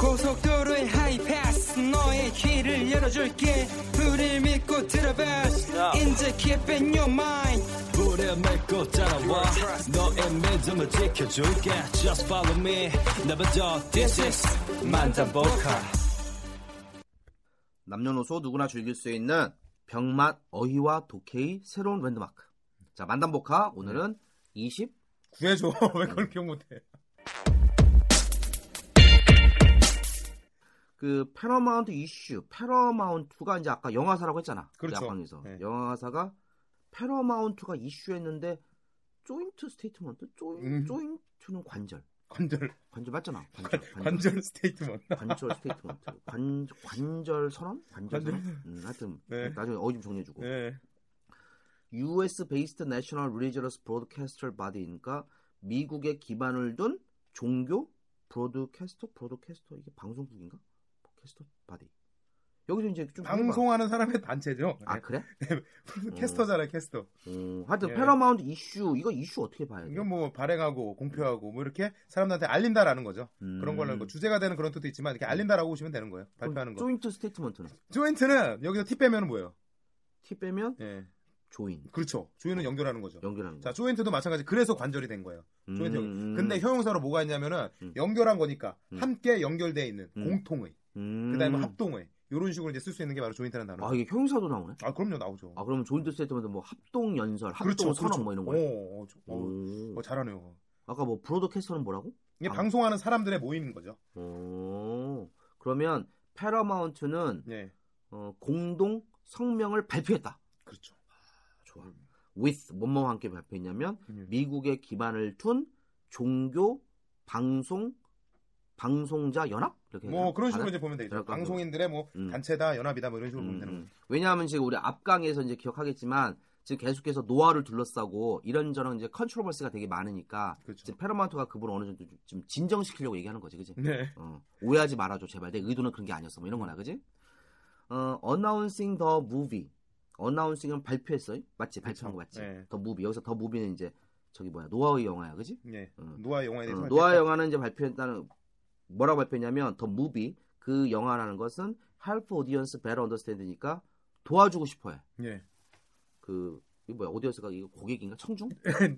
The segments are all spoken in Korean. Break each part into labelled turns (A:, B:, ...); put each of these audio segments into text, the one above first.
A: 고속도로의 하이패스 너의 길을 열어줄게 우릴 믿고 들어봐 이제 keep in your mind
B: 불에 맺고 따라와 너의 믿음을 지켜줄게 Just follow me 나부터 This is 만담보카
C: 남녀노소 누구나 즐길 수 있는 병맛 어휘와 독해의 새로운 랜드마크. 자, 만담복화 오늘은 음. 20
D: 구해줘. 왜 그걸 기억 못해?
C: 그 패러마운트 이슈, 패러마운트가 이제 아까 영화사라고 했잖아.
D: 그렇죠.
C: 야방에서
D: 네.
C: 영화사가 패러마운트가 이슈했는데 조인트 스테이트먼트, 조인,
D: 음.
C: 조인트는 관절,
D: 관절
C: 관절 맞잖아. 관절,
D: 관절 스테이트먼트.
C: 관절 스테이트먼트, 관 관절 선언, 관절
D: 관절
C: 선언. 음, 하여튼
D: 네.
C: 나중에 어휘 좀 정리해주고.
D: 네.
C: US based National Religious Broadcaster Body니까 미국에 기반을 둔 종교 브로드캐스터 브로드캐스터 이게 방송국인가? 캐스터 바디. 여기서 이제 좀 해봐.
D: 방송하는 사람의
E: 네.
D: 단체죠.
C: 아 그래?
E: 음.
D: 캐스터잖아요, 캐스터.
C: 어, 하여튼
D: 예.
C: 패러마운트 이슈 이거 이슈 어떻게 봐야 돼?
D: 이건 뭐 발행하고 공표하고 뭐 이렇게 사람들한테 알린다라는 거죠.
C: 음.
D: 뭐 그런 걸로 하는 거. 주제가 되는 그런 뜻도 있지만 이렇게 알린다라고 보시면 되는 거예요.
C: 그럼
D: 발표하는 거.
C: 조인트 스테이트먼트는
D: 조인트는 여기서 티 빼면 뭐예요?
C: 티 빼면
E: 네.
D: 예.
C: 조인
D: 그렇죠. 조인은 연결하는 거죠.
C: 연결하는 거.
D: 자, 조인트도 마찬가지. 그래서 관절이 된 거예요. 조인트.
C: 음.
D: 연결. 근데 형용사로 뭐가 있냐면은
C: 음.
D: 연결한 거니까
C: 음.
D: 함께 연결돼 있는
C: 음.
D: 공통의,
C: 음.
D: 그다음에 뭐 합동의 이런 식으로 이제 쓸 수 있는 게 바로 조인트라는 단어.
C: 아 이게 형사도 나오네.
D: 아 그럼요 나오죠.
C: 아 그러면 조인트 스테이트먼트 뭐 합동 연설, 합동 선언 뭐 이런 거야.
D: 어, 어, 저- 그렇죠, 어,
C: 오.
D: 어, 잘하네요.
C: 아까 뭐 브로드캐스터는 뭐라고?
D: 이게
C: 아.
D: 방송하는 사람들의 모임인 거죠.
C: 오, 어. 그러면 패러마운트는
D: 네,
C: 어, 공동 성명을 발표했다.
D: 그렇죠.
C: 좋아. With 뭐뭐와 함께 발표했냐면 미국의 기반을 둔 종교 방송 방송자 연합 이렇게
D: 뭐
C: 해요?
D: 그런 식으로
C: 다른?
D: 이제 보면 되죠.
C: 그러니까
D: 방송인들의 뭐
C: 아, 음.
D: 단체다, 연합이다, 뭐 이런 식으로 보면
C: 음,
D: 되는
C: 음.
D: 거죠.
C: 왜냐하면 지금 우리 앞강에서 이제 기억하겠지만 지금 계속해서 노화를 둘러싸고 이런저런 이제 컨트로버스가 되게 많으니까
D: 그렇죠.
C: 지금 패러마운트가 그분 어느 정도 좀 진정시키려고 얘기하는 거지, 그지?
D: 네,
C: 어, 오해하지 말아줘 제발 내 의도는 그런 게 아니었어 뭐 이런 거나 그지? 어, announcing the movie announcing은 발표했어요 맞지 발표한 거 맞지?
D: 네.
C: 더 무비 여기서 더 무비는 이제 저기 뭐야 노아의 영화야 그지?
D: 네.
C: 음.
D: 노아 영화에 대해서
C: 어,
D: 할
C: 노아
D: 때-
C: 영화는 이제 발표했다는 뭐라고 발표했냐면 더 무비 그 영화라는 것은 help audience better understand니까 도와주고 싶어해
D: 예.
C: 그 이거 뭐야 오디언스가 이거 고객인가 청중?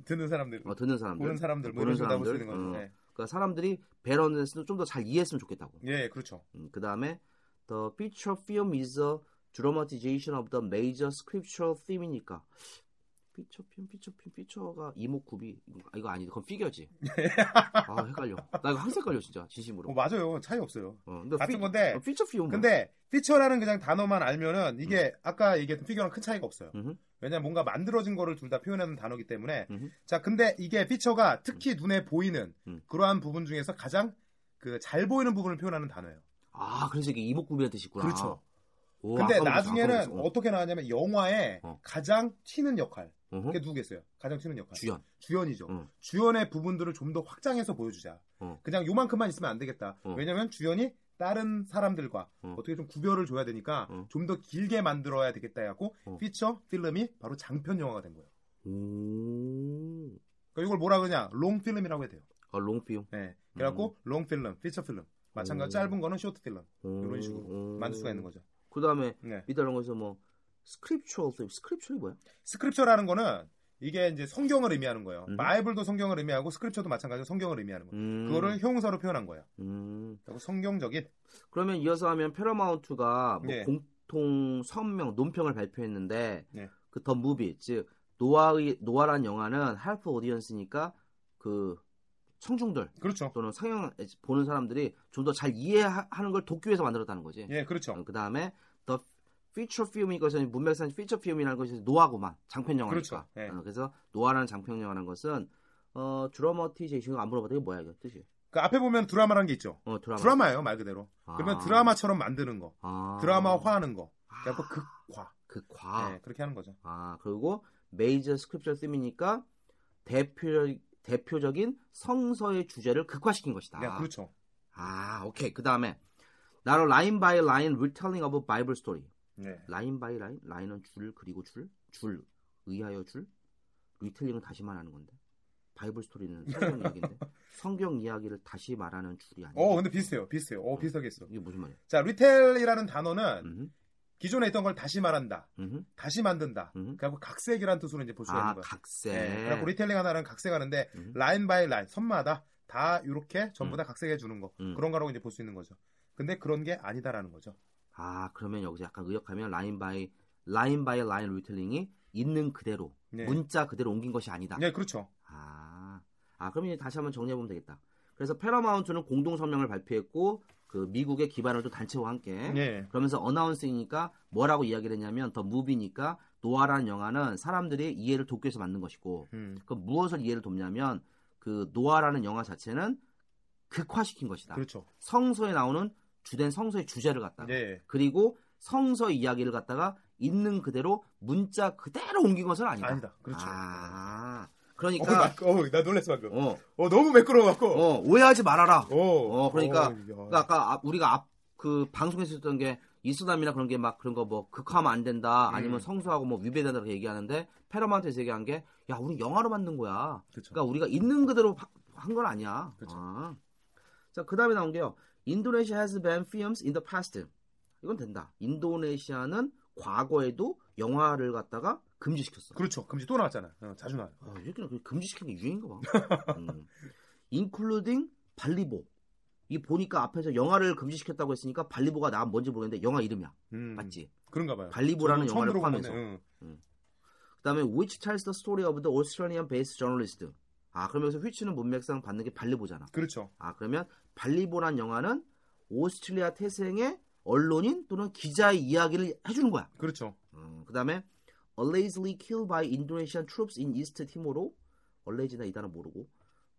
D: 듣는 사람들,
C: 어, 듣는 사람들
D: 보는 사람들, 뭐
C: 보는
D: 이런 식으로 다 볼 수
C: 사람들
D: 있는 거죠.
C: 어.
D: 예.
C: 그러니까 사람들이 better understand 좀더 잘 이해했으면 좋겠다고
D: 예, 그렇죠.
C: 그 다음에 The feature film is a dramatization of the major scriptural theme이니까 feature film, feature film, feature가 이목구비 아, 이거 아니 그건 피겨지 아 헷갈려 나 이거 항상 헷갈려 진짜 진심으로
D: 어, 맞아요. 차이 없어요.
C: 어, 근데 음.
D: 같은
C: 피-
D: 건데.
C: 어, feature film
D: 근데 피처라는 그냥 단어만 알면은 이게 아까 얘기했던 피규어랑 큰 차이가 없어요.
C: 음. 음흠.
D: 왜냐면 뭔가 만들어진 거를 둘 다 표현하는 단어기 때문에
C: 음흠.
D: 자 근데 이게 피처가 특히 눈에 보이는
C: 음.
D: 그러한 부분 중에서 가장 그 잘 보이는 부분을 표현하는 단어예요.
C: 아 그래서 이게 이목구비란 뜻이구나
D: 그렇죠.
C: 오,
D: 근데
C: 아까부터
D: 나중에는
C: 아까부터.
D: 어. 떻게 나왔냐면 영화에
C: 어.
D: 가장 튀는 역할
C: 어허.
D: 그게 누구겠어요? 가장 튀는 역할
C: 주연
D: 이죠
C: 어.
D: 주연의 부분들을 좀 더 확장해서 보여주자.
C: 어.
D: 그냥 요만큼만 있으면 안 되겠다.
C: 어.
D: 왜냐면 주연이 다른 사람들과
C: 어.
D: 어. 떻게좀 구별을 줘야 되니까
C: 어.
D: 좀 더 길게 만들어야 되겠다 해갖고
C: 어.
D: 피처 필름이 바로 장편 영화가 된 거예요.
C: 오
D: 그러니까 이걸 뭐라 그러냐? 롱 필름이라고 해야 돼요.
C: 아, 롱필름
D: 네. 그래갖고 롱 필름, 피처 필름.
C: 음.
D: 마찬가지
C: 오.
D: 로 짧은 거는 쇼트 필름 이런
C: 오.
D: 식으로 만들 수가 있는 거죠.
C: 그 다음에
D: 네.
C: 이다른 거에서 뭐 스크립처 스크립처이 뭐야?
D: 스크립처라는 거는 이게 이제 성경을 의미하는 거예요.
C: 음.
D: 바이블도 성경을 의미하고 스크립처도 마찬가지로 성경을 의미하는 거예요.
C: 음.
D: 그거를 형용사로 표현한 거예요.
C: 음.
D: 그리고 성경적인
C: 그러면 이어서 하면 패러마운트가 뭐
D: 네.
C: 공통 선명 논평을 발표했는데
D: 네.
C: 그 더 무비 즉 노아의 노아란 영화는 할프 오디언스니까 그 청중들
D: 그렇죠.
C: 또는 상영 보는 사람들이 좀 더 잘 이해하는 걸 돕기 위해서 만들었다는 거지.
D: 예, 그렇죠.
C: 그 다음에 The Feature Film 이것은 문맥상 Feature Film이라는 것이 노화구만 장편 영화니까.
D: 그렇죠. 예.
C: 어, 그래서 노화라는 장편 영화라는 것은 어 드라마티제이션 안 물어봤더니 뭐야 이거 뜻이?
D: 그 앞에 보면 드라마라는 게 있죠.
C: 어 드라마.
D: 드라마예요, 말 그대로.
C: 아.
D: 그러면 드라마처럼 만드는 거.
C: 아.
D: 드라마화하는 거. 그래서
C: 아,
D: 극화.
C: 극화.
D: 예, 그렇게 하는 거죠.
C: 아 그리고 메이저 스크립처 팀이니까 대표 대표적인 성서의 주제를 극화시킨 것이다.
D: 네, 그렇죠.
C: 아 오케이 그 다음에 나로 라인 바이 라인 리텔링 오브 바이블 스토리.
D: 네.
C: 라인 바이 라인 라인은 줄 그리고 줄 줄 의하여 줄 리텔링은 다시 말하는 건데 바이블 스토리는 성경 이야기인데 성경 이야기를 다시 말하는 줄이 아니야.
D: 어, 근데 비슷해요. 비슷해요. 어, 비슷하게 했어.
C: 이게 무슨 말이야?
D: 자, 리텔이라는 단어는
C: 음,
D: 기존에 있던 걸 다시 말한다.
C: 음,
D: 다시 만든다.
C: 음.
D: 그리고 각색이라는 뜻으로 이제 볼 수가
C: 아
D: 있는 거예요.
C: 각색.
D: 예, 그래갖고 리텔링 하나는 각색하는데
C: 음.
D: 라인 바이 라인 선마다 다 이렇게 전부
C: 음.
D: 다 각색해 주는 거
C: 음.
D: 그런 거라고 이제 볼 수 있는 거죠. 근데 그런 게 아니다라는 거죠.
C: 아 그러면 여기서 약간 의역하면 라인 바이 라인 바이 라인 리텔링이 있는 그대로
D: 네.
C: 문자 그대로 옮긴 것이 아니다.
D: 네, 그렇죠.
C: 아, 아 그럼 이제 다시 한번 정리해 보면 되겠다. 그래서 패러마운트는 공동 성명을 발표했고 그 미국의 기반을 또 단체와 함께
D: 예.
C: 그러면서 어나운싱이니까 뭐라고 이야기를 했냐면 더 무비니까 노아라는 영화는 사람들이 이해를 돕기 위해서 만든 것이고
D: 음.
C: 그럼 무엇을 이해를 돕냐면 그 노아라는 영화 자체는 극화시킨 것이다.
D: 그렇죠.
C: 성서에 나오는 주된 성서의 주제를 갖다가
D: 예.
C: 그리고 성서 이야기를 갖다가 있는 그대로 문자 그대로 옮긴 것은 아니다.
D: 아니다. 그렇죠.
C: 아,
D: 어,
C: 그러니까
D: 나, 어, 나 놀랬어 방금.
C: 어,
D: 어, 너무 매끄러워 갖고.
C: 어, 오해하지 말아라.
D: 어.
C: 어, 그러니까-
D: 어, 야.
C: 그러니까 아까 앞- 우리가 앞 그 방송에서 했던 게 이슬람이나 그런 게 막 그런 거 뭐 극화하면 안 된다 아니면
D: 음.
C: 성수하고 뭐 위배된다 이렇게 얘기하는데 페라마운트에서 얘기한 게 야 우리 영화로 만든 거야
D: 그렇죠.
C: 그러니까 우리가 있는 그대로 한 건 아니야
D: 그쵸.
C: 아. 자 그다음에 나온 게요 인도네시아 has been films in the past 이건 된다 인도네시아는 과거에도 영화를 갖다가 금지시켰어
D: 그렇죠. 금지 또 나왔잖아. 어, 자주 나와요.
C: 아, 이렇게 그 금지시킨 게 유행인가 봐. 음. including 발리보. 이 보니까 앞에서 영화를 금지시켰다고 했으니까 발리보가 나 뭔지 모르겠는데 영화 이름이야.
D: 음.
C: 맞지?
D: 그런가 봐요.
C: 발리보라는
D: 저도
C: 영화를
D: 들어본
C: 포함해서.
D: 건데, 응.
C: 그다음에 which tells the story of the Australian based journalist. 아, 그러면서 which는 문맥상 받는 게 발리보잖아.
D: 그렇죠.
C: 아, 그러면 발리보란 영화는 오스트리아 태생의 언론인 또는 기자의 이야기를 해주는 거야.
D: 그렇죠.
C: 음, 그다음에 allegedly killed by Indonesian troops in East Timor. alleged나 이단은 모르고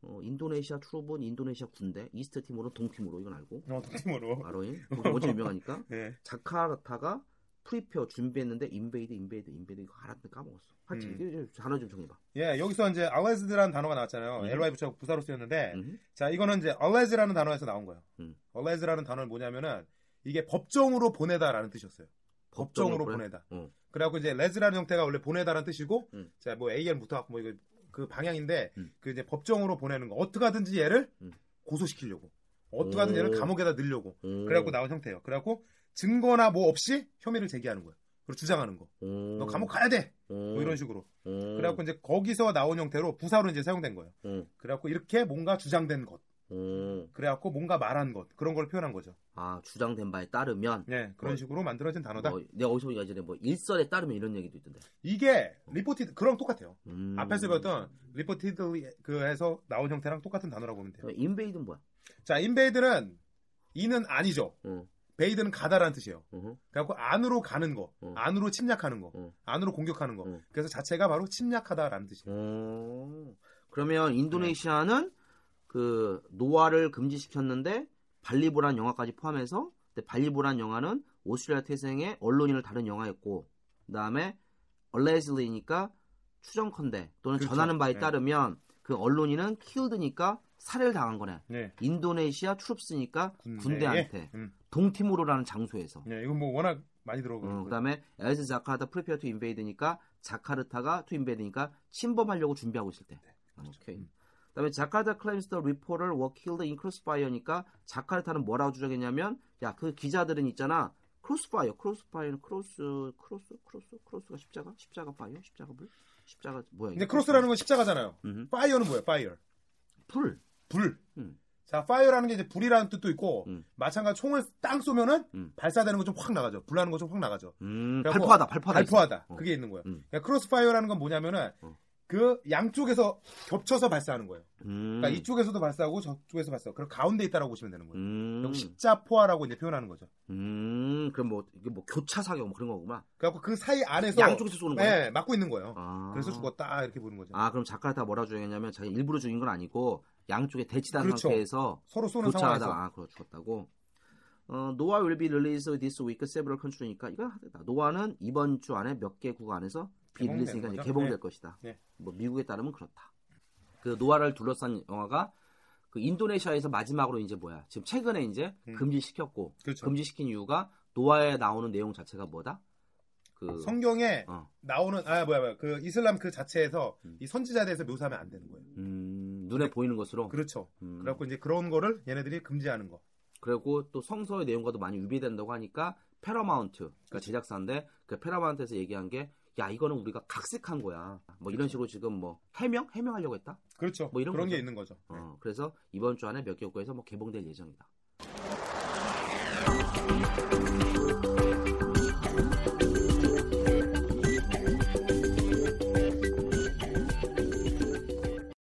C: 어, 인도네시아 트룹은 인도네시아 군대, 이스트 티모르는 동티모로 이건 알고
D: 어, 팀으로.
C: 마로인 그거 먼저 유명하니까
D: 예.
C: 자카르타가 프리페어 준비했는데 인베이드 인베이드 인베이드 이거 알았는데 까먹었어. 하여튼
D: 음.
C: 이거 좀 단어 좀 정해봐.
D: 예, 여기서 이제 알레즈드라는 단어가 나왔잖아요.
C: 음.
D: LY 붙여서 부사로 쓰였는데
C: 음.
D: 자, 이거는 이제 alleged라는 단어에서 나온 거예요.
C: 음.
D: alleged라는 단어는 뭐냐면은 이게 법정으로 보내다라는 뜻이었어요. 법정으로
C: 법정으로
D: 보내다.
C: 어.
D: 그래갖고 이제 레즈라는 형태가 원래 보내다라는 뜻이고
C: 음.
D: 자, 뭐 AL 붙어갖고 뭐 이거 그 방향인데
C: 음.
D: 그 이제 법정으로 보내는 거. 어떻게 하든지 얘를
C: 음.
D: 고소시키려고. 어떻게 하든지
C: 오.
D: 얘를 감옥에다 넣으려고.
C: 음.
D: 그래갖고 나온 형태예요. 그래갖고 증거나 뭐 없이 혐의를 제기하는 거예요. 그리고 주장하는 거.
C: 음.
D: 너 감옥 가야 돼.
C: 음.
D: 뭐 이런 식으로.
C: 음.
D: 그래갖고 이제 거기서 나온 형태로 부사로 이제 사용된 거예요.
C: 음.
D: 그래갖고 이렇게 뭔가 주장된 것,
C: 음.
D: 그래갖고 뭔가 말한 것 그런 걸 표현한 거죠.
C: 아 주장된 바에 따르면
D: 예, 그런
C: 뭐,
D: 식으로 만들어진 단어다.
C: 뭐, 내가 어디서 보기가 전에 뭐 일설에 따르면 이런 얘기도 있던데.
D: 이게 리포티드 그랑 똑같아요.
C: 음.
D: 앞에서 배웠던 리포티드 그에서 나온 형태랑 똑같은 단어라고 보면 돼요.
C: 그럼 인베이드는 뭐야?
D: 자, 인베이드는 이는 아니죠.
C: 음.
D: 베이드는 가다라는 뜻이에요.
C: 어허.
D: 그래갖고 안으로 가는 거,
C: 음.
D: 안으로 침략하는 거,
C: 음.
D: 안으로 공격하는 거.
C: 음.
D: 그래서 자체가 바로 침략하다라는 뜻이에요.
C: 오, 그러면 인도네시아는 그 노화를 금지시켰는데 발리보란 영화까지 포함해서 근데 발리보란 영화는 오스트리아 태생의 언론인을 다룬 영화였고 그다음에 얼레슬리니까 추정컨대 또는
D: 그렇죠.
C: 전하는 바에
D: 네.
C: 따르면 그 언론인은 키우드니까 살해를 당한 거네.
D: 네,
C: 인도네시아 트룹스니까
D: 군대에.
C: 음. 군대한테
D: 음.
C: 동티모로라는 장소에서
D: 네, 이건 뭐 워낙 많이 들어오고.
C: 어, 그다음에
D: 그렇죠.
C: 엘스 자카르타 프리페어 투 인베이드니까 자카르타가 투 인베이드니까 침범하려고 준비하고 있을 때. 오케이.
D: 음.
C: 그다음에 자카르타 클레임스 더 리포를 워 킬드 인 크로스파이어니까 자카르타는 뭐라고 주장했냐면 야 그 기자들은 있잖아 크로스파이어 크로스파이어는 크로스 크로스 크로스 크로스가 십자가 십자가 파이어 십자가 불 십자가 뭐야
D: 근데 크로스라는 건 십자가잖아요.
C: 음.
D: 파이어는 뭐예요? 파이어.
C: 불
D: 불.
C: 음.
D: 자, 파이어라는 게 이제 불이라는 뜻도 있고
C: 음.
D: 마찬가지 총을 땅 쏘면은
C: 음.
D: 발사되는 거 좀 확 나가죠. 불나는 거 좀 확 나가죠.
C: 음,
D: 그래갖고
C: 발포하다 발포하다
D: 발포하다.
C: 있어. 어.
D: 그게 있는 거예요.
C: 음.
D: 그러니까 크로스파이어라는 건 뭐냐면은
C: 어.
D: 그 양쪽에서 겹쳐서 발사하는 거예요.
C: 음.
D: 그러니까 이쪽에서도 발사하고 저쪽에서 발사. 그럼 가운데 있다라고 보시면 되는 거예요.
C: 음.
D: 그럼 십자포화라고 이제 표현하는 거죠.
C: 음. 그럼 뭐 이게 뭐 교차 사격 뭐 그런 거구만.
D: 그래갖고 그 사이 안에서
C: 양쪽에서 쏘는 거야.
D: 네, 맞고 있는 거예요.
C: 아.
D: 그래서 죽었다 이렇게 보는 거죠.
C: 아, 그럼 자카르타 뭐라 주행했냐면 자기 일부러 죽인 건 아니고 양쪽에 대치단
D: 그렇죠.
C: 상태에서
D: 서로 쏘는 상황에서
C: 교차하다가 아, 그거 죽었다고. 어, 노아 will be released this week several country니까 이거 하겠다. 노아는 이번 주 안에 몇 개 국가 안에서
D: 개봉되는
C: 빌리스니까 이제
D: 거죠?
C: 개봉될
D: 네.
C: 것이다.
D: 네.
C: 뭐 미국에 따르면 그렇다. 그 노아를 둘러싼 영화가 그 인도네시아에서 마지막으로 이제 뭐야? 지금 최근에 이제
D: 음.
C: 금지시켰고
D: 그렇죠.
C: 금지시킨 이유가 노아에 나오는 내용 자체가 뭐다? 그
D: 성경에
C: 어.
D: 나오는 아 뭐야 뭐야 그 이슬람 그 자체에서
C: 음.
D: 이 선지자에 대해서 묘사하면 안 되는 거예요.
C: 음, 눈에 보이는 것으로
D: 그렇죠.
C: 음.
D: 그래갖고 이제 그런 거를 얘네들이 금지하는 거.
C: 그리고 또 성서의 내용과도 많이 유배된다고 하니까 패러마운트 그러니까 제작사인데 그 패러마운트에서 얘기한 게 야 이거는 우리가 각색한 거야 뭐 이런 식으로 지금 뭐 해명 해명하려고 했다
D: 그렇죠.
C: 뭐 이런
D: 그런 게
C: 거죠.
D: 있는 거죠.
C: 어, 그래서 이번 주 안에 몇 개 국가에서 뭐 개봉될 예정이다